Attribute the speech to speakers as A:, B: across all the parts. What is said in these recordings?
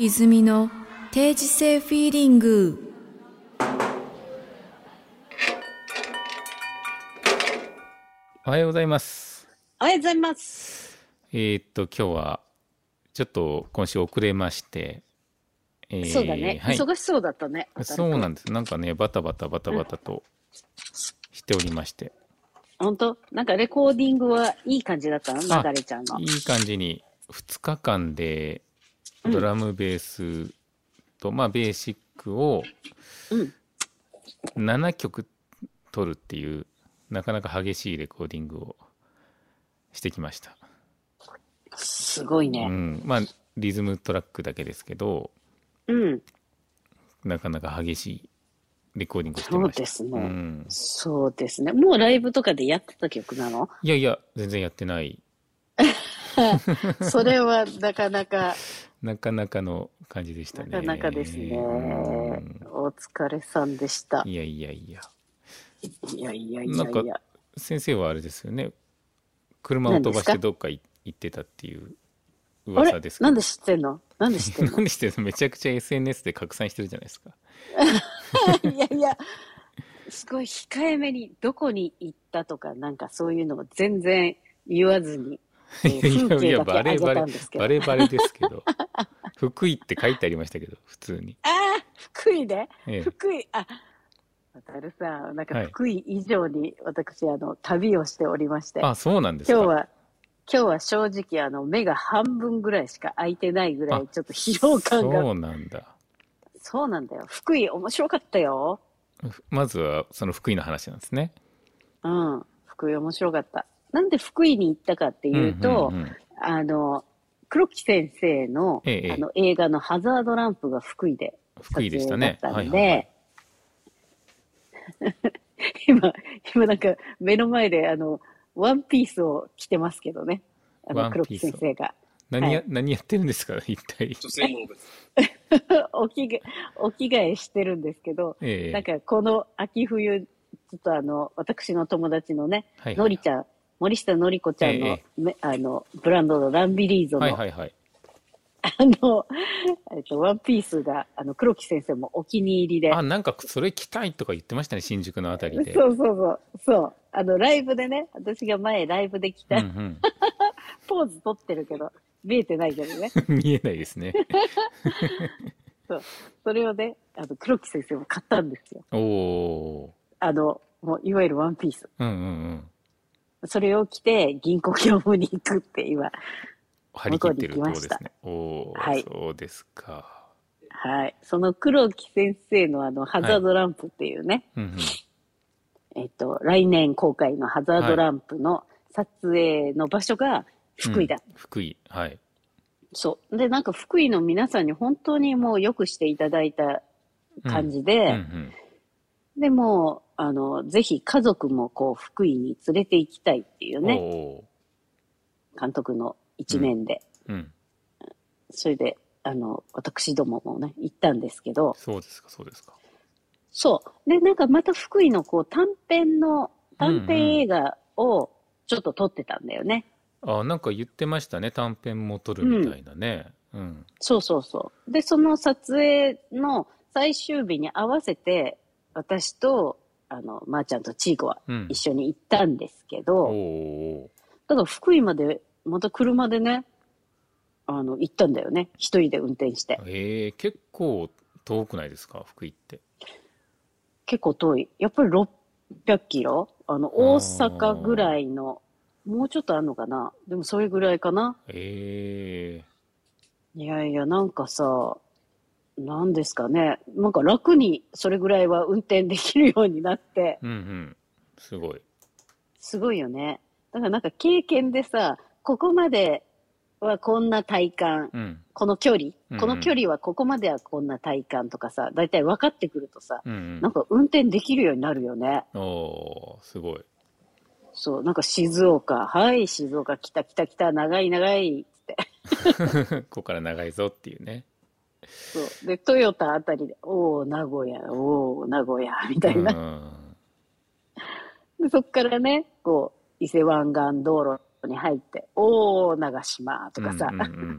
A: 泉の定時性フィーリング
B: おはようございます。
C: おはようございます。
B: えーっと、今日は、ちょっと今週遅れまして、えー
C: そうだね、
B: はい。
C: 忙しそうだったね。
B: そうなんです。なんかね、バタバタバタバタとしておりまして、
C: 本当なんかレコーディングはいい感じだったの流れちゃんの
B: い。い感じに2日間で、ドラム、ベースと、まあ、ベーシックを
C: うん。
B: 7曲取るっていう、なかなか激しいレコーディングをしてきました。
C: すごいうね。
B: ん。まあ、リズムトラックだけですけど、
C: うん。
B: なかなか激しいレコーディングをして
C: そう
B: ました。
C: ですね、
B: うん、
C: そうですね。もうライブとかでやってた曲 なの
B: いやいや、全然やってない。
C: それはなかなか、
B: なかなかの感じでした
C: な
B: ね。
C: かなかですね。
B: うん
C: お疲れさんでした。
B: いやいやいや。
C: いやいやい
B: な
C: や
B: んか
C: いや。
B: 先生はあれですよね。車を飛ばしてどっかい行ってたっていう
C: あ
B: 噂
C: れ
B: ですけど
C: なんで知ってんのなんで 知ってん
B: なんでしてるのめちゃくちゃ SNS で拡散してるじゃないですか。
C: のいやいや。すごい控えめにどこに行ったとかなんかそういうのを全然言わずに、えー
B: いや
C: 風
B: いや、
C: 景だけ
B: バ
C: あげ
B: レバレ
C: たんです、けど
B: バレバレですけど。福井って書いてありましたけど、普通に。
C: ああ、福井ね。
B: ええ、
C: 福井、あ、渡るさん、なん
B: は
C: か
B: い
C: 福井以上に私、あの、旅をしておりまして、
B: あ、そうなんですか。
C: 今日は、今日は正直、あの、目が半分ぐらいしか開いてないぐらい、ちょっと疲労感が。
B: そうなんだ。
C: そうなんだよ。福井、面白かったよ。
B: まずはその福井の話なんですね。
C: うん。福井、面白かった。なんで福井に行ったかっていうと、
B: んんん
C: あの、黒木先生の,、
B: ええ
C: あの映画のハザードランプが福井で
B: 福井でしたね。
C: 撮影だったんで、
B: はいはい
C: 今、今なんか目の前であの、ワンピースを着てますけどね。あ
B: ワ
C: の、
B: ン
C: 黒
B: ピー
C: 木
B: スを
C: 先生が。
B: 何や、何やってるんですか、一体。
C: お着替え、お着替えしてるんですけど、
B: ええ
C: なんかこの秋冬、ちょっとあの、私の友達のね、
B: はいはい
C: のりちゃん、森下のりこちゃんの、
B: え
C: めあの、ブランドのランビリーゾの、
B: はいはいはい。
C: あの、 えっと、ワンピースが、あの、黒木先生もお気に入りで。
B: あ、なんかそれ着たいとか言ってましたね、新宿のあたりで。
C: そうそうそう。そう。あの、ライブでね、私が前ライブで来
B: うん
C: た、
B: うん、
C: ポーズ撮ってるけど、見えてないけどね。
B: 見えないですね。
C: そう。それをね、あの、黒木先生も買ったんですよ。
B: おお
C: あの、もう、いわゆるワンピース。
B: ー。うんうんうん。
C: それを着て、銀行業務に行くって、今。
B: 張り切ってるところですね。おおー、
C: はい
B: そうですか。
C: はい。その黒木先生のあの、ハザードランプっていうね、
B: うんうん。
C: えっと、来年公開のハザードランプの撮影の場所が福井だ。
B: うん福井。はい。
C: そう。で、なんか福井の皆さんに本当にもう良くしていただいた感じで、
B: うんうん。
C: でもう、あの、ぜひ家族もこう、福井に連れて行きたいってい
B: お
C: うね、
B: お
C: 監督の一年で。
B: ー。うん。
C: それで、あの、私どももね、行ったんですけど、
B: そうですか、そうですか。
C: そう。で、なんかまた福井のこう、短編の、短編映画をちょっと撮ってたんだよね。
B: あ、なんか言ってましたね、短編も撮るみたいなね。うん。
C: そうそうそう。で、その撮影の最終日に合わせて、私と、あの、まー、ちゃんとチーコは
B: うん。
C: 一緒に行ったんですけど、
B: おお
C: だから福井まで、また車でね、あの、行ったんだよね。一人で運転して
B: ー。。えー、結構遠くないですか、福井って。
C: 結構遠い。やっぱり600キロあの、大阪ぐらいの、もうちょっとあんのかなでもそれぐらいかな
B: え
C: いやいや、なんかさ、なんですかね。なんか楽にそれぐらいは運転できるようになって、
B: えうんうん。すごい。
C: すごいよね。だからなんか経験でさ、ここまではこんな体感、
B: うん。
C: この距離、
B: うん
C: この距離はここまではこんな体感とかさ、だいたい分かってくるとさ、
B: うん
C: なんか運転できるようになるよね。
B: うん。おー、すごい。
C: そう、なんか静岡、はい、静岡来た来た来た、長い長い、つって。
B: ここから長いぞっていうね。
C: そう。で、トヨタあたりで、おー、名古屋、おー、名古屋、 みたいな。
B: うん
C: でそっからね、こう、伊勢湾岸道路に入って、おー、長島とかさ、
B: うんうんうん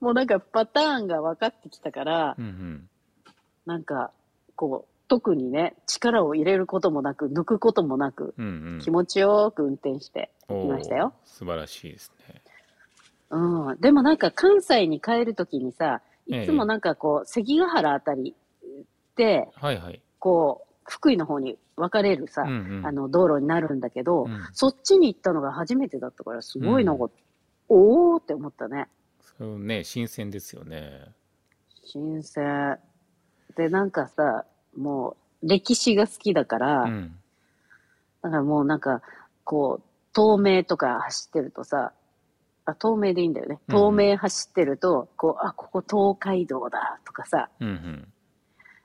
C: もうなんかパターンが分かってきたから、
B: うんうん
C: なんか、こう、特にね、力を入れることもなく、抜くこともなく、
B: うんうん
C: 気持ちよく運転して
B: お
C: き
B: ー
C: ましたよ。
B: 素晴らしいですね
C: うん。でもなんか関西に帰るときにさ、いつもなんかこう、関ヶ原あたりで、
B: はいはい、
C: こう、福井の方に分かれるさ、
B: うんうん
C: あの、道路になるんだけど、
B: うん
C: そっちに行ったのが初めてだったから、すごいなんか、
B: う
C: おーって思ったね。
B: そうね新鮮ですよね
C: 新鮮。で、なんかさ、もう、歴史が好きだから、
B: うん
C: だからもうなんか、こう、透明とか走ってるとさ、あ、透明でいいんだよね。
B: うん
C: 透明走ってると、こう、あ、ここ東海道だとかさ、
B: うんうん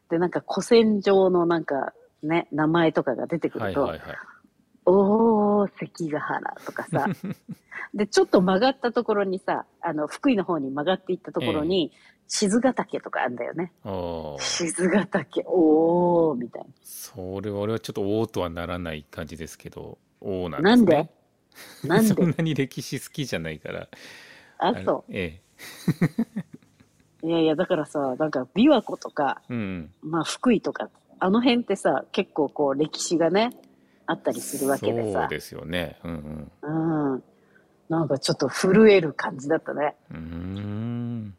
C: で、なんか古戦場のなんか、ね、名前とかが出てく
B: は
C: る
B: い
C: と、
B: はいはい
C: おー、関ヶ原とか さ。で、ちょっと曲がったところにさ、あの、福井の方に曲がっていったところに、静ヶ岳とかあるんだよね。
B: ああ
C: 静ヶ岳、おー、みたい
B: それは俺はちょっと王とはならない感じですけど王なんです、ね、
C: なんでな。な ん
B: そん
C: で
B: なに歴史好きじゃないから
C: あ、
B: れ
C: そ
B: え
C: う。いやいや、だからさ、なんか、琵琶湖とか、
B: えうんうん
C: まあ、福井とか、あの辺ってさ、結構こう、歴史がね、あったりするわけで
B: そう
C: さ。
B: ですよねうん
C: うん。なんかちょっと震える感じだったね。
B: うんうーん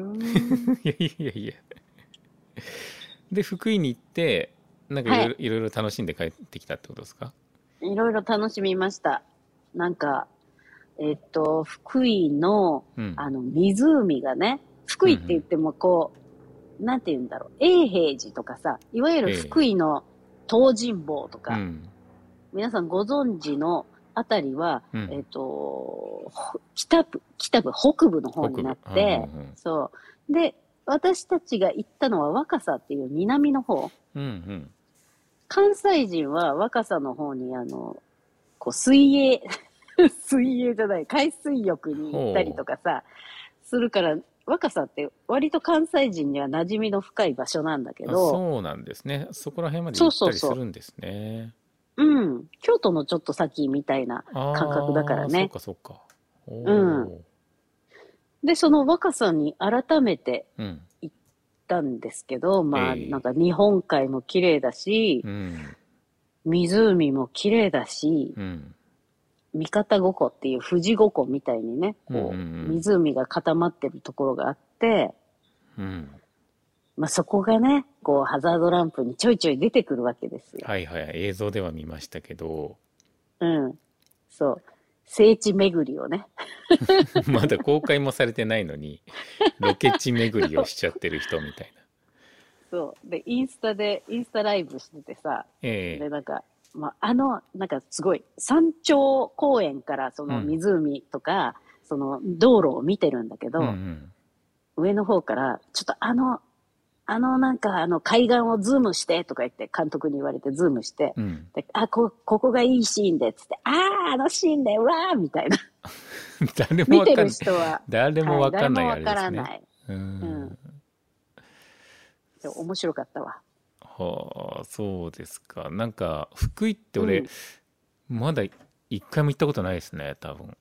C: ふーん。
B: いやいやいやで福井に行ってなんかいろいろ,、いろいろ楽しんで帰ってきたってことですか
C: いろいろ楽しみました。なんか、えっと、福井の、
B: うん
C: あの、湖がね、福井って言ってもこう、なんて言うんだろう、永平寺とかさ、いわゆ
B: ええ
C: る福井の東尋坊とか、
B: うん
C: 皆さんご存知のあたりは、
B: うん
C: えっと、ほ北部、北部、北部の方になって、
B: 北部うん
C: そう。で、私たちが行ったのは若狭っていう南の方。
B: うんうん
C: 関西人は若さの方にあのこう水泳 水泳じゃない海水浴に行ったりとかさするから若さって割と関西人には馴染みの深い場所なんだけ
B: あ
C: ど
B: そうなんですねそこら辺まで
C: そ
B: 行
C: う
B: った
C: そう
B: りす
C: そう
B: るんですね
C: うん京都のちょっと先みたいな
B: あー
C: 感覚だからね
B: そうかそうか
C: うんでその若さに改めて
B: うんうん
C: 行ったんですけどまあ
B: ええ
C: なんか日本海も綺麗だし
B: うん
C: 湖も綺麗だし
B: うん
C: 三方五湖っていう富士五湖みたいにねこう
B: うんうんうん
C: 湖が固まってるところがあって
B: うん
C: まあ、そこがね、こう、ハザードランプにちょいちょい出てくるわけですよ。
B: はいはい映像では見ましたけど
C: うん。そう。聖地巡りをね。
B: まだ公開もされてないのにロケ地巡りをしちゃってる人みたいな
C: そう。で、インスタで、インスタライブしててさ、
B: え
C: で、なんか、まあ、あの、なんかすごい、山頂公園からその湖とか、その道路を見てるんだけ
B: え
C: ど、
B: うんうん
C: 上の方から、ちょっとあの、あのなんかあの海岸をズームしてとか言って監督に言われてズームして、
B: うん
C: であ、こ、ここがいいシーンでっつって、ああ、あのシーンで、うわーみたいな。
B: 誰も
C: 見
B: わ
C: て
B: かんな
C: る
B: い
C: 人は。
B: 誰もわかんないあ
C: は
B: れで
C: い誰もわ
B: す
C: から
B: ね
C: ない。
B: うん
C: うんでも面白かったわ。
B: はあそうですかなんか福井って
C: う
B: 俺
C: ん
B: まだ一回も行ったことないですね多分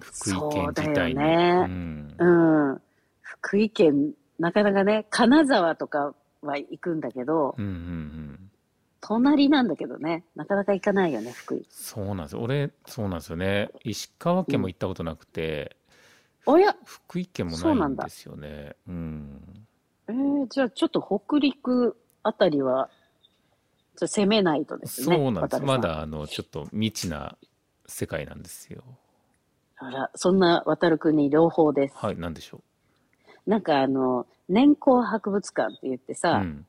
B: 福井県自体に
C: そうだよね
B: ん
C: うん。福井県、なかなかね、金沢とかは行くんだけど、
B: うんうんうん
C: 隣なんだけどね、なかなか行かないよね、福井。
B: そうなんです俺そうなんですよね石川県も行ったことなくて、
C: おや、
B: 福井県も
C: そう
B: な
C: ない
B: ん
C: んだ
B: ですよねうん
C: えー、じゃあちょっと北陸あたりは、ちょっと攻めないとですね。
B: そうなんです
C: 渡部さ
B: ま。だあのちょっと未知な世界なんですよ
C: あら、そんな渡るくんに朗報です。
B: はいなんでしょ
C: なんかあの、年功博物館って言って
B: う、う
C: さ、
B: ん、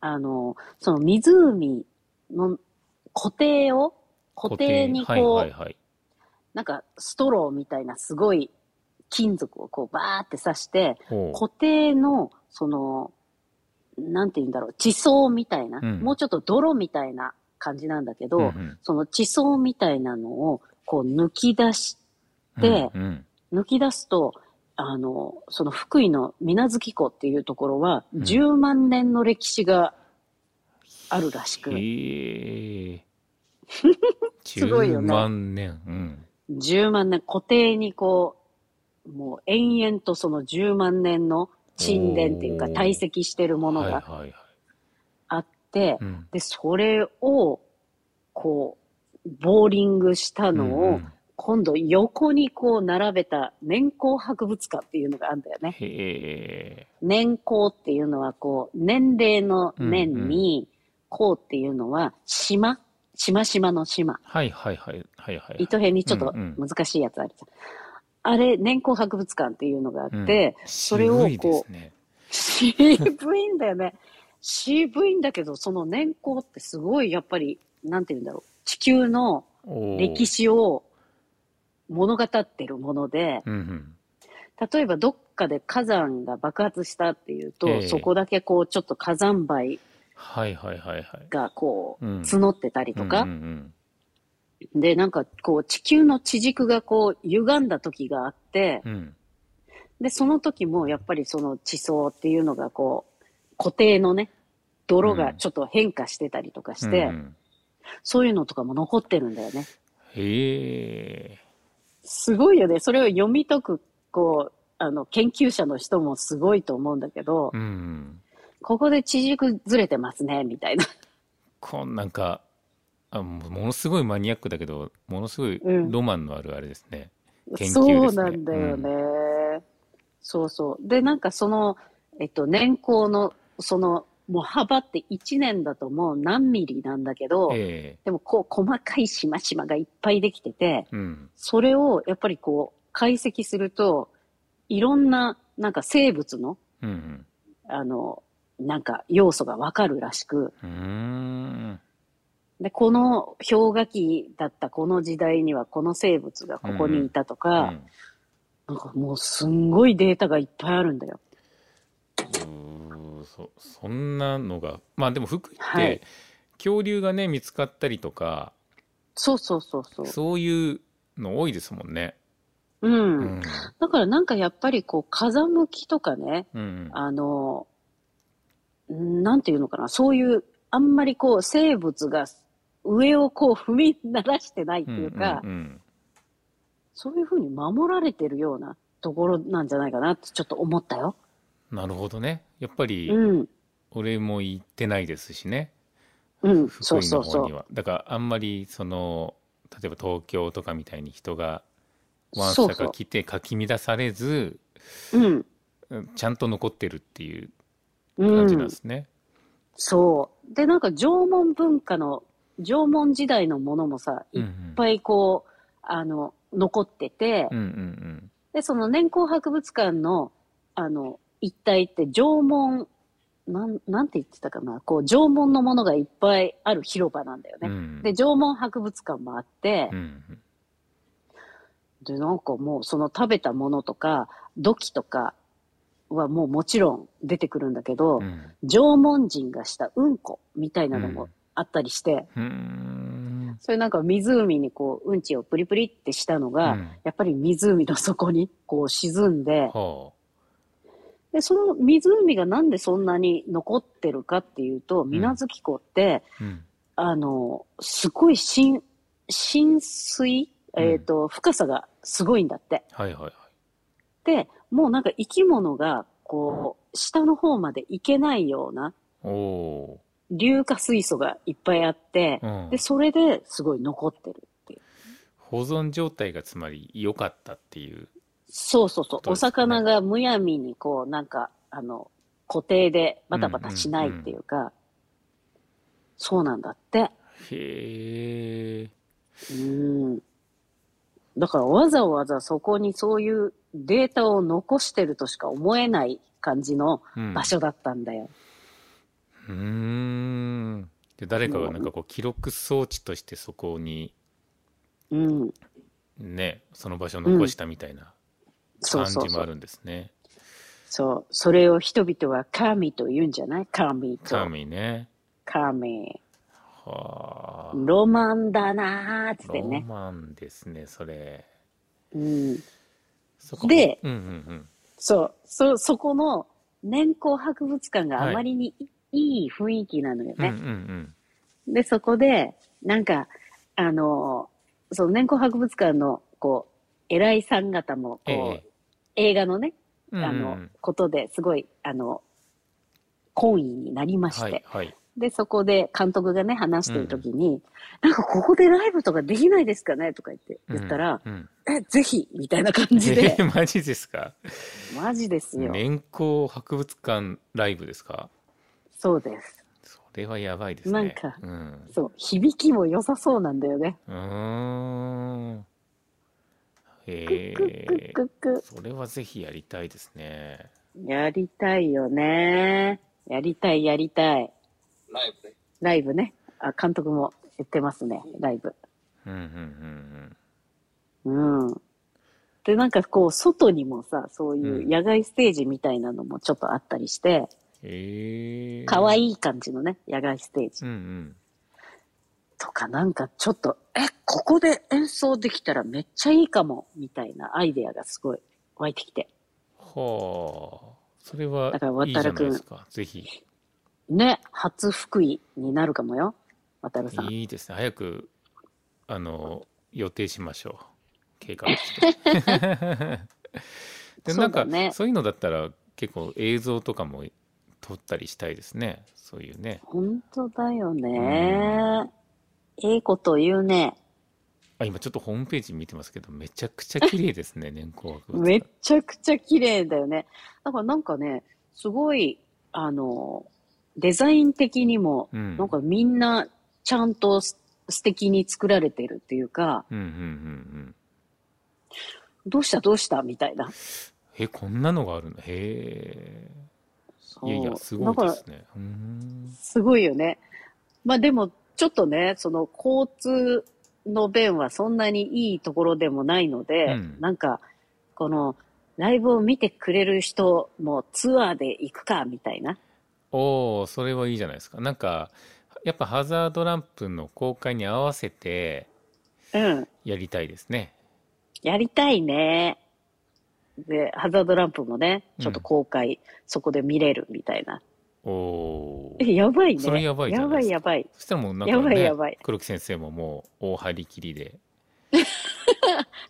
C: あの、その湖の固定を、固定にこう、
B: はいはいはい
C: なんかストローみたいなすごい金属をこうバーって刺して、
B: ほう
C: 固定の、その、なんて言うんだろう、地層みたいな、
B: うん
C: もうちょっと泥みたいな感じなんだけど、
B: うんうん
C: その地層みたいなのをこう抜き出し、で
B: うんうん
C: 抜き出すと、あの、その福井の水月湖っていうところは、
B: うん
C: 10万年の歴史があるらしく、
B: へえ
C: すごいよね
B: 10万年うん
C: 10万年、固定にこう、もう延々とその10万年の沈殿っていうか
B: おー
C: 堆積してるもの
B: はいは
C: が
B: いはい。
C: あって
B: う、ん
C: で、それを、こう、ボーリングしたの
B: う
C: を
B: ん、
C: 今度横にこう並べた年功博物館っていうのがあるんだよね。
B: へえ。
C: 年功っていうのはこう年齢の年に功っていうのは島島島の島
B: はいはいはいはいはい。
C: 糸辺にちょっと
B: うん
C: 難しいやつあるじゃん、あれ年功博物館っていうのがあって、それをこう
B: 渋いですね。
C: 渋いんだよね渋いんだけどその年功ってすごいやっぱりなんて言うんだろう地球の
B: 史。
C: 歴史を物語ってるもので、
B: うんうん。
C: 例えばどっかで火山が爆発したっていうと、
B: ええ
C: そこだけこうちょっと火山灰
B: はいはいはいはい。
C: がこう
B: うん
C: 募ってたりとか、
B: うんうん
C: でなんかこう地球の地軸がこう歪んだ時があって
B: うんうん。
C: でその時もやっぱりその地層っていうのがこう固定のね泥がちょっと変化してたりとかして、
B: うんうん
C: そういうのとかも残ってるんだよね。
B: へえ。
C: すごいよね。それを読み解く、こう、あの、研究者の人もすごいと思うんだけど、
B: うんうん。
C: ここで地軸ずれてますね、みたいな。
B: こんなんかあもものすごいマニアックだけどものすごい
C: うん
B: ロマンのあるあれですね。研究
C: そ
B: で
C: う
B: すね
C: なんだよね。そうそう。で、なんかその、えっと、年功の、その、もう幅って1年だともう何ミリなんだけど、
B: え
C: でもこう細かいしましまがいっぱいできてて、
B: えうん。
C: それをやっぱりこう解析すると、いろんななんか生物の、
B: うん
C: あの、なんか要素がわかるらしく、
B: うん。うーん。
C: で、この氷河期だったこの時代にはこの生物がここにいたとか、なんかもうすんごいデータがいっぱいあるんだよ。
B: うんうーそそんなのがまあでも福井って、
C: はい
B: 恐竜がね見つかったりとか
C: そうそうそうそう。
B: そういうの多いですもんね。
C: うん。
B: うん
C: だからなんかやっぱりこう風向きとかね、
B: うん
C: あの、んなんていうのかな、そういう、あんまりこう生物が上をこう踏み鳴らしてないって
B: うん
C: いうか、
B: うんうん
C: そういうふうに守られてるようなところなんじゃないかなってちょっと思ったよ。
B: うんなるほどねやっぱり
C: うん。
B: 俺も行ってないですしね、
C: うん。
B: 福
C: そう
B: 井
C: そ
B: の
C: うそ
B: 方に
C: う。
B: はだからあんまりその例えば東京とかみたいに人がワン
C: そ
B: サ
C: うそう
B: が来てかき乱されず
C: うん。
B: うんちゃんと残ってるっていう感
C: う
B: じなん
C: ん
B: で。すね。
C: そう。で、なんか縄文文化の、縄文時代のものもさ、いっ
B: っ
C: ぱ
B: い、
C: いこう、あの、残ってて、
B: うんうん
C: で、その年功博物館の、あの、一帯って縄文、なん、なんて言ってたかな、こう、縄文のものがいっぱいある広場なんだよ
B: うんう
C: ね。
B: ん、
C: で、縄文博物館もあって、
B: うんうん
C: で、なんかもう、その食べたものとか、土器とかはもうもちろん出てくるんだけど、
B: うん
C: 縄文人がしたうんこみたいなのもあったりして、
B: うーん
C: それなんか湖にこう、うんちをプリプリってしたのが、
B: うん
C: やっぱり湖の底にこう沈んで、
B: は
C: で、その湖がなんでそんなに残ってるかっていうと、水無月湖って、
B: あ、うん
C: あの、すごい浸、浸水、
B: うん
C: えっ、と、深さがすごいんだって。
B: はいはいはい。
C: で、もうなんか生き物が、こう、下の方まで行けないような、
B: おお
C: 硫化水素がいっぱいあって
B: ー、、うん
C: で、それですごい残ってるっていう。
B: 保存状態がつまり良かったっていう。
C: そうそうそう。
B: そう
C: お
B: ですね
C: 魚がむやみにこう、なんか、あの、固定でバタバタしないっていうか、そうなんだって。
B: へえ。
C: うん。だからわざわざそこにそういうデータを残してるとしか思えない感じの
B: うん
C: 場所だったんだよ。
B: うーんで誰かがなんかこう記録装置としてそこに
C: うん。
B: ねその場所を残したみたいな
C: そう
B: 感
C: そう
B: じ
C: そ
B: もあ
C: う。
B: るんですね。
C: そう。それを人々は神と言うんじゃない神と。神。
B: 神ね。はあ。
C: ロマンだなーっつって
B: ロ
C: ね。
B: マンですねそれ。
C: うん。
B: そっか
C: で
B: うんうん
C: そう、そ、そこの年功博物館があまりにいい雰囲気なのよ
B: うん。うんう
C: ね。
B: ん
C: で、そこで、なんか、あのーその年功博物館のこう、偉いさん方も、こ
B: え
C: う、映画のね、
B: うん
C: あの
B: うん、
C: ことですごい、あの、懇意になりまして、
B: はいはい
C: で、そこで監督がね、話してる時に、なんかここでライブとかできないですかねとか言って、言ったら、
B: うんうん
C: え、ぜひみたいな感じで
B: え、 ーマジですか
C: マジですよ。
B: 年功博物館ライブですか
C: そうです。
B: それはやばいですね
C: なんか
B: うん
C: そう、響きも良さそうなんだよね。
B: うーん
C: クックック
B: へ
C: ッ
B: え
C: クック。
B: それはぜひやりたいですね
C: やりたいよね。やりたい、やりたい。
D: ライブね。
C: ライブね。あ、監督も言ってますね、ライブ。
B: うんうんうん
C: うん。で、なんかこう、外にもさ、そうい
B: うん
C: う野外ステージみたいなのもちょっとあったりして、
B: うんへえ
C: 可、愛、
B: い
C: い感じのね、野外ステージ
B: うんうん
C: とか、なんかちょっと、え、ここで演奏できたらめっちゃいいかも、みたいなアイデアがすごい湧いてきて。
B: はあそれは
C: だから
B: いい
C: 渡
B: じゃない
C: るくん
B: ですかぜひ
C: ね、初福井になるかもよ、渡るさん。
B: いいですね早くあの予定しましょう計画して でなん
C: そ
B: か
C: うだね
B: そういうのだったら結構映像とかも撮ったりしたいですねそういうね
C: 本当だよね。ええこと言うね。
B: あ今ちょっとホームページ見てますけどめちゃくちゃ綺麗です ね年功博物館
C: めちゃくちゃ綺麗だよね。だからなんかね、すごい、あの、デザイン的にも、
B: うん
C: なんかみんなちゃんとす素敵に作られてるっていうか、
B: うんうんうんうん
C: どうしたどうしたみたいな。
B: えこんなのがあるのへえいやいやす
C: そう
B: ご
C: だ
B: い
C: か
B: で
C: ら
B: すねうーん
C: すごいよね。まあでも、ちょっとね、その交通の便はそんなにいいところでもないので、
B: うん
C: なんか、この、ライブを見てくれる人もツアーで行くか、みたいな。
B: おおそれはいいじゃないですかなんかやっぱハザードランプの公開に合わせて
C: うん。
B: やりたいですね
C: やりたいね。で、ハザードランプもね、
B: うん
C: ちょっと公開、そこで見れるみたいな。
B: おお
C: えやばいね。
B: それやばいじゃ
C: や
B: な
C: ば
B: いで
C: い
B: す
C: やばい。
B: そしたらもうなん
C: や
B: か、
C: ばい
B: ね、
C: やばい
B: 黒木先生ももう大張り切りで、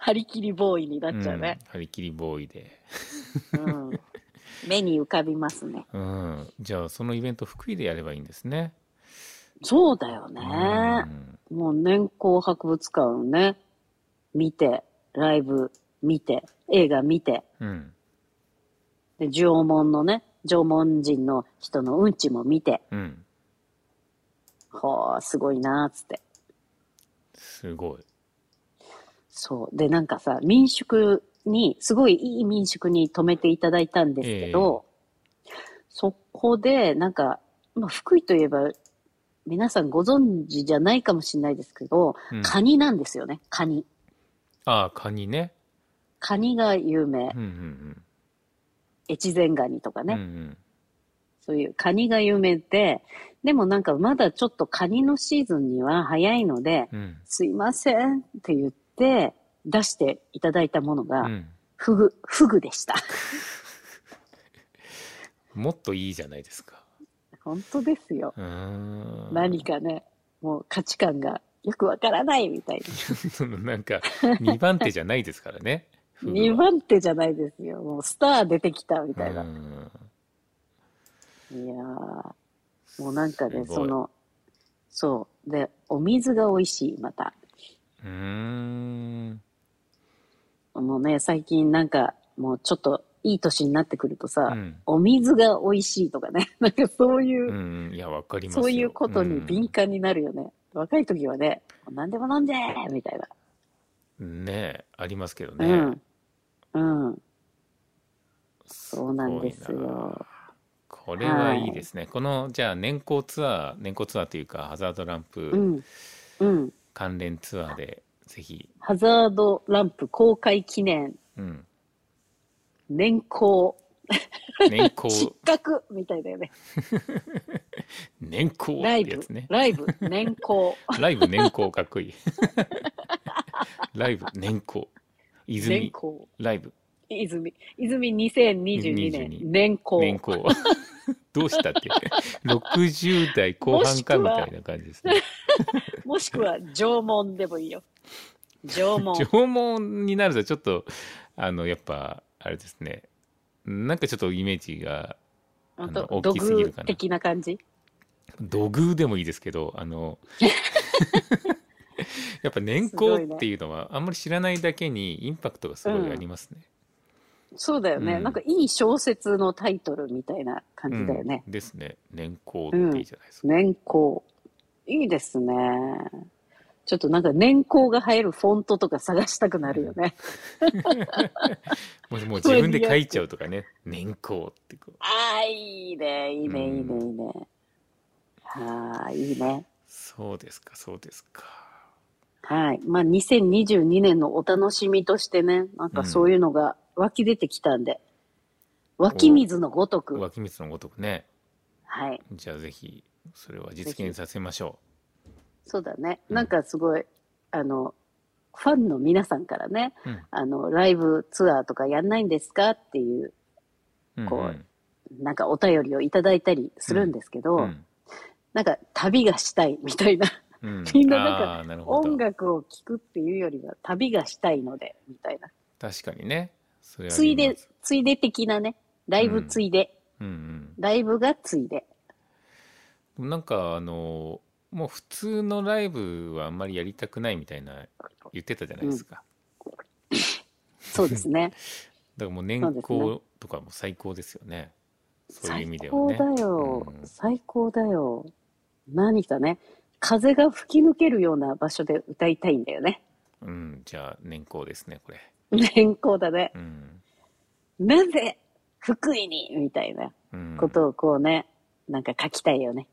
C: 張り切りボーイになっちゃうね。
B: うん張り切りボーイで
C: うん。目に浮かびますね。
B: うんじゃあそのイベント福井でやればいいんですね
C: そうだよね。
B: うん
C: もう年功博物館をね、見て、ライブ見て、映画見て、
B: うん
C: で、縄文のね、縄文人の人のうんちも見て、
B: うん
C: ほー、すごいなーっつって。
B: すごい
C: そう。で、なんかさ、民宿に、すごいいい民宿に泊めていただいたんですけど、そこで、なんか、まあ、福井といえば、皆さんご存知じゃないかもしれないですけど、
B: うん
C: カニなんですよね、カニ。
B: ああカニね
C: カニが有名
B: う。んうん
C: 越前ガニとか
B: うん
C: ね。
B: うんうん
C: そういうカニが有名で、でもなんかまだちょっとカニのシーズンには早いので、
B: うん
C: すいませんって言って出していただいたもの
B: う
C: が、
B: ん
C: フグ、フグでした。
B: もっといいじゃないですか
C: 本当ですよ。
B: うーん
C: 何かね、もう価値観がよくわからないみたい
B: そのなんか2番手じゃないですから ね
C: な。
B: フグは
C: 2番手じゃないですよ。もうスター出てきたみたいな。
B: う
C: い
B: ん
C: やー、もうなんか
B: すご
C: ね、
B: い
C: その、そう。で、お水が美味しい、また。
B: うーん
C: もうね、最近なんか、もうちょっといい年になってくるとさ、
B: うん
C: お水が美味しいとかね、なんかそういう、
B: うんいやわかりますよ
C: そういうことに
B: うん
C: 敏感になるよね。若い時はね、何でも飲んでみたいな。
B: ねえありますけどね、
C: うん。うん。
B: す
C: そ
B: ご
C: う
B: い
C: なんですよ。
B: これはいいですね、このじゃあ年功ツアー年功ツアーというかハザードラン
C: う
B: プ
C: ん。うん。
B: 関連ツアー でぜひ、
C: ハザードランプ公開記念、
B: うん、
C: 年功、
B: 年
C: 失
B: 功
C: 格みたいだよね。
B: 年功っ
C: ラ
B: て
C: イ
B: や
C: ブ
B: つね、
C: ライブ、年功。
B: ライブ年功かっ こいいライブ年功
C: 年
B: 泉
C: 功。
B: ライブ
C: 泉、泉2022
B: 22
C: 年、年功。
B: 年功 どうしたって60代後半かみたいな感じですね
C: もしくは縄文でもいいよ。縄文。
B: 縄文になるとちょっとあのやっぱあれですねなんかちょっとイメージが
C: 本
B: あの
C: 当
B: 大
C: 土
B: きすぎる
C: 偶
B: かな
C: 的な感じ
B: 土偶でもいいですけどあ のやっぱ年
C: すごい
B: 功
C: ね
B: っていうのはあんまり知らないだけにインパクトがすごいありますね。
C: そうだよね、
B: うん
C: なんかいい小説のタイトルみたいな感じだよね。
B: うんですね年功っていいじゃないですか。
C: 年功。いいですね。ちょっとなんか年功が入るフォントとか探したくなるよね。
B: もうもう自分で書いちゃうとかね年功ってこう
C: ああ、いいね、いいね、いいね、いい
B: うん
C: ね。はあ、いいね。
B: そうですかそうですか。
C: はい。まあ、2022年のお楽しみとしてね、なんかそういうのが湧き出てきたんで、湧き水のごとく、
B: 湧き水のごとくね
C: はい。
B: じゃあぜひそれは実現させましょ
C: そうだね。
B: うん
C: なんかすごい、あの、ファンの皆さんからね、
B: う。うん
C: あの、ライブツアーとかやんないんですかっていう、
B: うん
C: こう
B: うん
C: なんかお便りをいただいたりするんですけど、
B: うん
C: なんか旅がしたいみた いな、
B: うん
C: みんななんか
B: あーなるほど
C: 音楽を聴くっていうよりは旅がしたいので、みたいな。
B: 確かにねそれはあ
C: つい
B: ります
C: で、ついで的なね、ライブついで、
B: うんうん
C: ライブがついで。
B: でもなんかあのもう普通のライブはあんまりやりたくないみたいな言ってたじゃないですか、
C: そうですね。
B: だからもう年
C: そう
B: 功とかも最高ですよね そういう意味で
C: 最
B: は
C: 高
B: ね
C: だよ、
B: うん
C: 最高だよ。何かね、風が吹き抜けるような場所で歌いたいんだよね。
B: うんじゃあ年功ですねこれ
C: 年功だね。
B: うん
C: なぜ福井にみたいな
B: うん
C: ことをこうね、なんか書きたいよね。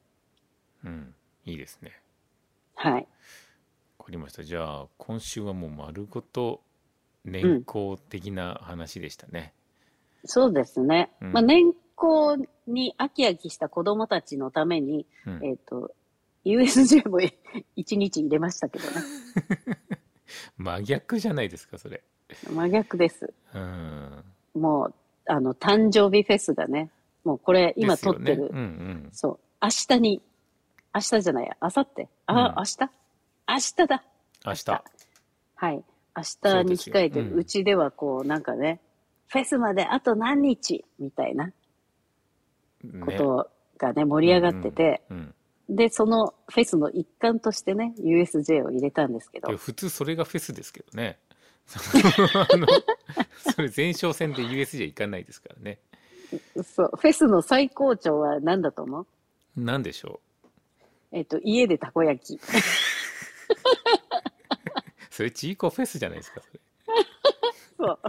B: うんいいですね
C: はい。
B: わかりましたじゃあ今週はもう丸ごと年功的な話でしたね、
C: そうですね。
B: うん
C: まあ、年功に飽き飽きした子供たちのために、
B: うん
C: えっ、と、USJ も 一日入れましたけどね。
B: 真逆じゃないですかそれ
C: 真逆です。
B: うん
C: もう、あの、誕生日フェスがね、もうこれ今
B: ですよ
C: 撮っ
B: ね
C: てる、
B: うんうん
C: そう、明日に、明日じゃないや、明後日。あ、
B: うん
C: 明日明日だ
B: 明日
C: はい。明日に控えて
B: そうですよう
C: る。
B: ん
C: うちではこう、なんかね、フェスまであと何日みたいなこ
B: ね
C: とがね、盛り上がってて、
B: うん
C: で、そのフェスの一環としてね、USJ を入れたんですけど
B: いや、普通それがフェスですけど ねそのあのそれ前哨戦で USJ 行かないですからね
C: そう、フェスの最高潮は何だと思う
B: なんでしょ
C: えっと、家でたこ 焼き。
B: うそれチーコフェスじゃないですかそれ
C: そう。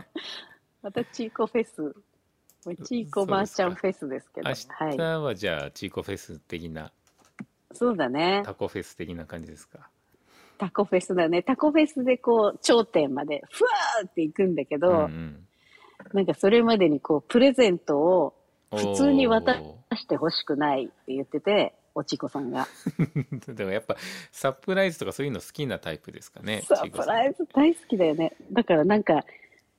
C: またチーコフェス。もうチーコばあちゃんフェスですけど。
B: 明日
C: はい。
B: はじゃあチーコフェス的な
C: そうだね。
B: タコフェス的な感じですか
C: タコフェスだね。タコフェスでこう、頂点まで、ふわーって行くんだけど、
B: ん
C: なんかそれまでにこう、プレゼントを
B: うん
C: 普通に渡
B: お
C: してほしくないって言ってて、おちこさんが。
B: ー でもやっぱサプライズとかそういうの好きなタイプですかね
C: サプライズ大好きだよね。だからなんか、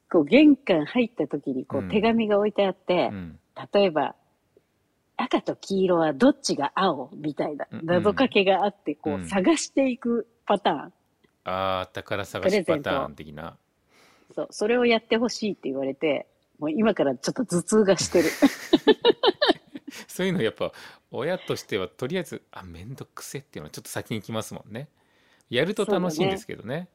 C: こう、玄関入った時にこ
B: うん
C: う、手紙が置いてあって、
B: チーコさんうん
C: 例えば、赤と黄色はどっちが青みたいな
B: うん
C: 謎かけがあって、こ
B: う
C: うん探していくパターン。
B: あー宝探しパターン的な
C: そう、それをやってほしいって言われて、もう今からちょっと頭痛がし てる。
B: そういうのやっぱ親としてはとりあえずあ面倒くせっていうのはちょっと先に来ますもんねやると楽しいんですけどね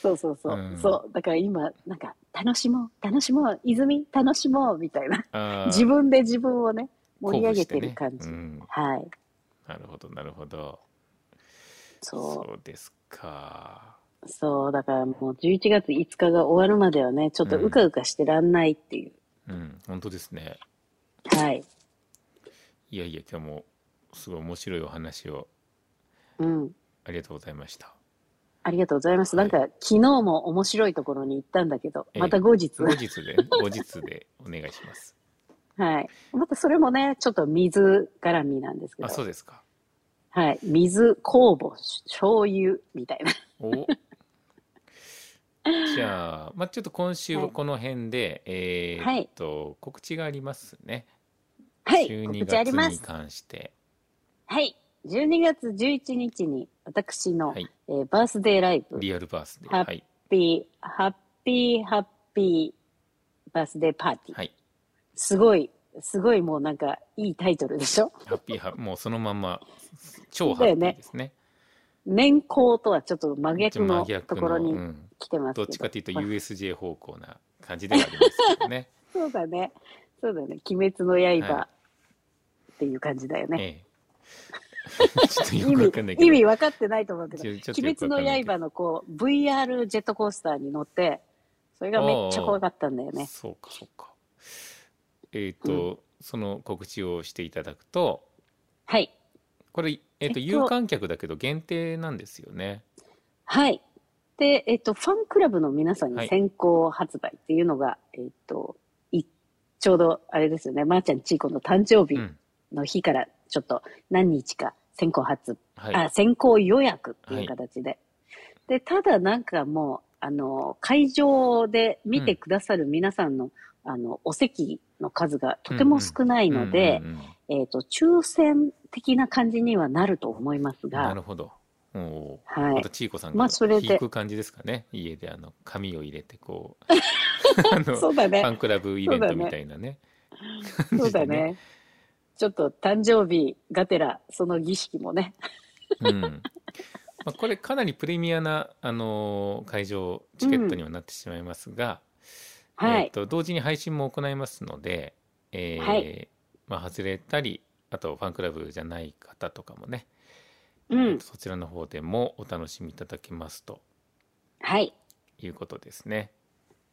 C: そうそうそう。
B: うん
C: そう。だから今、なんか、楽しもう、楽しもう、泉、楽しもう、みたいな。
B: あー
C: 自分で自分をね、盛り上げて
B: 鼓舞
C: る感
B: し
C: じ。
B: ねうん、
C: はい。
B: なるほどなるほど
C: そ
B: そうですか
C: う。そう。だからもう11月5日が終わるまではね、ちょっとうかうかしてらんないっていう。
B: うん本当ですね
C: はい。
B: いやいや今日もすごい面白いお話を
C: うん。
B: ありがとうございました
C: ありがとうございます。
B: は
C: ないんか、昨日も面白いところに行ったんだけど、
B: ええ
C: また後日。
B: 後日で後日でお願いします
C: はい。またそれもね、ちょっと水絡みなんですけど
B: あ。そうですか
C: はい。水、酵母、醤油、みたいな。
B: お じゃあ、まあ、ちょっと今週はこの辺で、えー
C: はい
B: っと告知がありますね、
C: はい。
B: 12
C: 告知あり
B: 月
C: ま
B: に
C: す。
B: 関して
C: はい。12月11日に、私の、
B: はい
C: えーバースデーライブ、
B: リアルバースで
C: ハ
B: は
C: ッ
B: い
C: ピー、ハッピー、ハッピーバースデーパーティー。
B: はい。
C: すごい、すごいもうなんかいいタイトルでしょ
B: ハッピーハもうそのまんま、超ハッピーですね。
C: 年功とはちょっと真
B: ちょ
C: 逆
B: っ
C: の
B: 真逆
C: ところ
B: う
C: に
B: ん
C: 来てますけ
B: ど
C: ど。
B: っちかというと
C: まあ
B: USJ 方向な感じではありますけどね。
C: そうだね。そうだね。鬼滅の刃
B: は
C: っていう感じだよ
B: え
C: ね。
B: え。ちょっとよ
C: 意
B: くわ
C: 味
B: かんないけど。
C: 意味分かってないと思うけど、
B: ちょちょっとよ
C: 鬼
B: くわか
C: 滅の
B: んないけど
C: 刃のこう VR ジェットコースターに乗って、それがめっちゃ怖かったんだよね。
B: そうかそうか。えっ、と、その告知をしていただくと、
C: はい。
B: これえっ、と
C: えっと
B: 有観客だけど限定なんですよね。
C: はい。で、えっと、ファンクラブの皆さん
B: は
C: に
B: い
C: 先行発売っていうのが、えっと、いちょうどあれですよね、まー、ちゃんちーこの誕生
B: う
C: 日
B: ん。
C: の日からちょっと何日か先行発
B: は
C: あ
B: い。
C: 先行予約っていう形で。で、ただなんかもう、あの、会場で見てくださる皆さんの、あの、お席の数がとても少ないので
B: うん、うんうん
C: えっと、抽選的な感じにはなると思います
B: な
C: が
B: る、ほど。おおー。
C: は
B: ま
C: い
B: た。ちいこさん
C: ま
B: が
C: あそれで
B: 引く感じですかね。家であの紙を入れてこ う。あの
C: そうだ
B: ファ
C: ね。
B: ンクラブイベントみたいなね。
C: そうだね。ちょっと誕生日がてら、その儀式もね。
B: うん。まあ、これかなりプレミアな、あのー会場チケットにはなってしまいますが、
C: は
B: えー
C: い。
B: と同時に配信も行いますので、えー
C: はい
B: まあ、外れたりあとファンクラブじゃない方とかもね、
C: うん。
B: そちらの方でもお楽しみいただけますと
C: はい。
B: いうことですね。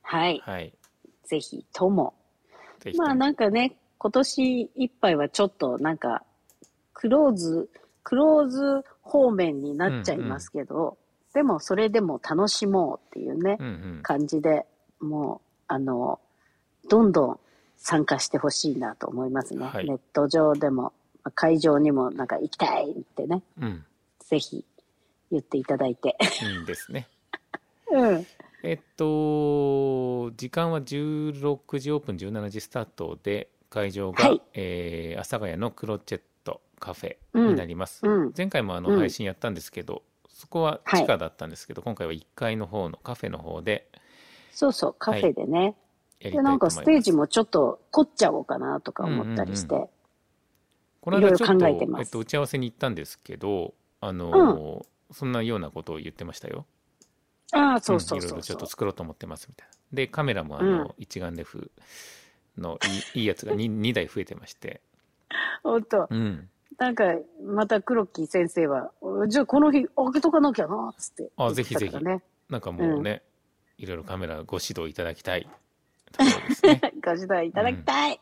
C: はい。
B: はい、
C: ぜひとも。
B: ぜひとも
C: まあなんかね、今年いっぱいはちょっとなんか、クローズ、クローズ方面になっちゃいますけど、でもそれでも楽しもうっていうね、
B: うんうん、
C: 感じで、もう、あの、どんどん参加してほしいなと思いますね。
B: はい
C: ネット上でも、まあ会場にもなんか行きたいってね、
B: うん、
C: ぜひ言っていただいて。
B: いいですね。
C: うん。
B: えっと時間は16時オープン17時スタートで会場が、
C: はい
B: えー阿佐ヶ谷のクロチェットカフ
C: う
B: ェ
C: ん
B: になります、
C: うん
B: 前回もあ
C: う
B: の
C: ん
B: 配信やったんですけど、そこは地下だったんですけど、今回は1階の方のカフェの方で
C: そうそう、カフェでね。
B: やりた
C: で、
B: いと
C: な
B: 思
C: ん
B: いま
C: か
B: す
C: ステージもちょっと凝っちゃおうかなとか思ったりして。
B: うんこの
C: い
B: 間
C: ろいろ
B: ちょっと
C: 考えてます
B: えっと、打ち合わせに行ったんですけどあのー、そんなようなことを言ってましたよ
C: ああ、そうそうそ
B: んいろいろ
C: う
B: ち
C: そ
B: ょ
C: う。
B: っと作ろうと思ってますみたいなでカメラもあの、
C: うん
B: 一眼レフのいいいいやつが 2, 2台増えてまして
C: 本当。
B: うん
C: なんか、また黒木先生は、じゃあこの日開けとかなきゃな、つって。
B: あぜひぜひ
C: 言ってたからね。
B: なんかもうね、いろいろカメラご指導いただきたいところです ね。
C: ご指導いただきたい。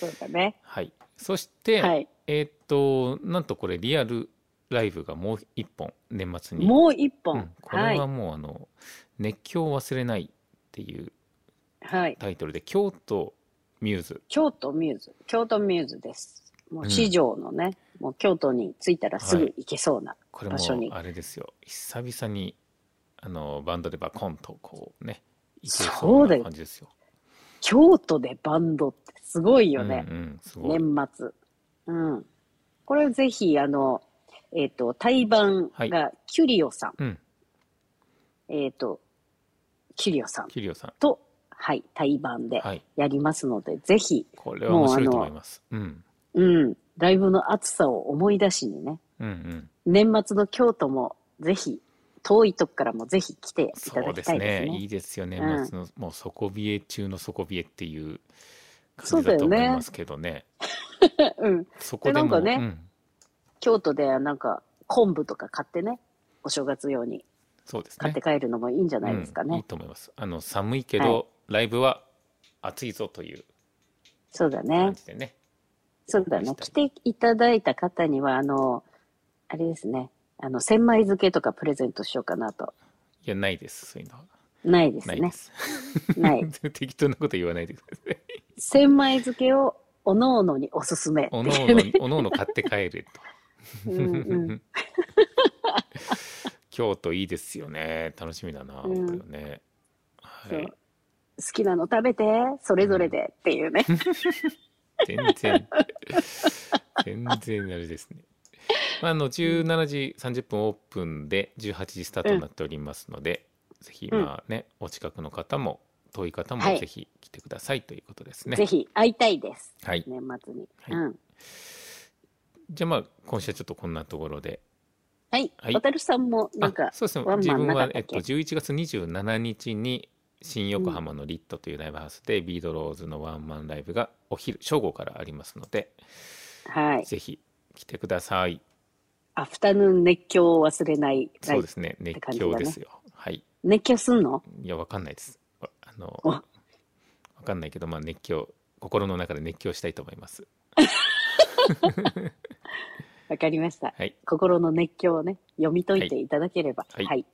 C: そうだね。
B: はい。そして、
C: はい。
B: えーっと、なんとこれリアルライブがもう一本、年末に。
C: もう一
B: う
C: 本。
B: んこ
C: は
B: れ
C: い
B: は。もうあの、熱狂を忘れないっていう
C: はい。
B: タイトルで、京都ミューズ。
C: 京都ミューズ。京都ミューズです。も
B: う
C: うん市場のね、もう京都に着いたらすぐ行けそうな。
B: これも
C: 場所に
B: あれですよ、久々に、あの、バンドでバコンとこうね、いけ
C: そ
B: そうう
C: だ
B: な
C: よ
B: 感じですよ。
C: 京都でバンドってすごいよ
B: うん
C: ね。
B: うん、すごい。
C: 年末。うん。これぜひ、あの、えっ、と、対バン
B: は
C: がキュリオさん。
B: うん、
C: えっ、と、キュリオさん
B: キリオさん。
C: と、はい、対バンで
B: はい。
C: やりますので、ぜひ、
B: これは面白いと思います。うん。
C: うん、ライブの暑さを思い出しにね、
B: うんうん。
C: 年末の京都もぜひ、遠いとこからもぜひ来ていた
B: そ
C: だ
B: うで
C: き
B: す
C: たいです
B: ね。い
C: ね。
B: いですよね。
C: うん
B: 末のもう底冷え中の底冷えっていう感
C: そう
B: じ
C: だ
B: だ
C: よ
B: と
C: ね
B: 思いますけどね。
C: うん。
B: そこでも
C: でなんかね
B: うん、
C: 京都でなんか、昆布とか買ってね、お正月用に
B: そうです
C: 買
B: ね
C: って。帰るのもいいんじゃないですか
B: うんいい
C: ね。
B: と思います。あの寒いけど、ライブは暑いぞという
C: そうだね
B: 感。じでね。
C: そうだね。来ていただいた方には、あの、あれですね。あの、千枚漬けとかプレゼントしようかなと。
B: いやないです。そういうのは
C: ないです
B: ないで
C: ね。
B: す。
C: ない
B: 適当なこと言わないでくだ さい。
C: 千枚漬けをおのおのにおすすめ。
B: おのおのおのおの買って帰れと。
C: うん うん。
B: 京都いいですよね。楽しみだな。こ
C: うん
B: れはね。は
C: そう
B: い。
C: 好きなの食べて、それぞれでっていうね。
B: 全然全然あれですね、まあ、あの17時30分オープンで18時スタートになっておりますので、ぜひまあね、お近くの方も遠い方も
C: はい
B: ぜひ来てくださいということですね。
C: ぜひ会いたいです。
B: はい、
C: 年末に。
B: はい
C: うん。
B: じゃあまあ今週はちょっとこんなところで。
C: はい。
B: はい
C: 渡るさんも、なん
B: あ
C: か、
B: そうですね
C: ワンマン
B: 自分
C: なかっ
B: は、
C: た
B: え
C: っ
B: っ
C: け
B: と、11月27日に新横浜のリットというライブハウスで、ビードローズのワンマンライブがお昼正午からありますので、
C: はい。
B: ぜひ来てください
C: アフタヌーン熱狂を忘れないラ
B: そう
C: イブ
B: で。すね熱
C: 感じだね
B: 狂ですよ、はい
C: 熱狂すんの
B: いやわかんないですああの
C: お
B: わかんないけどまあ熱狂心の中で熱狂したいと思います
C: わかりました。
B: はい
C: 心の熱狂をね、読み解いていただければ。
B: はい
C: はい。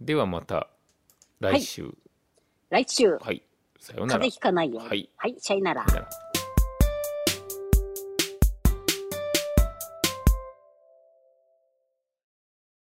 B: ではまた来週
C: 来週、
B: はい、さようなら
C: 風邪ひかないように。
B: はい
C: はい、シャイなら
B: さ。ようなら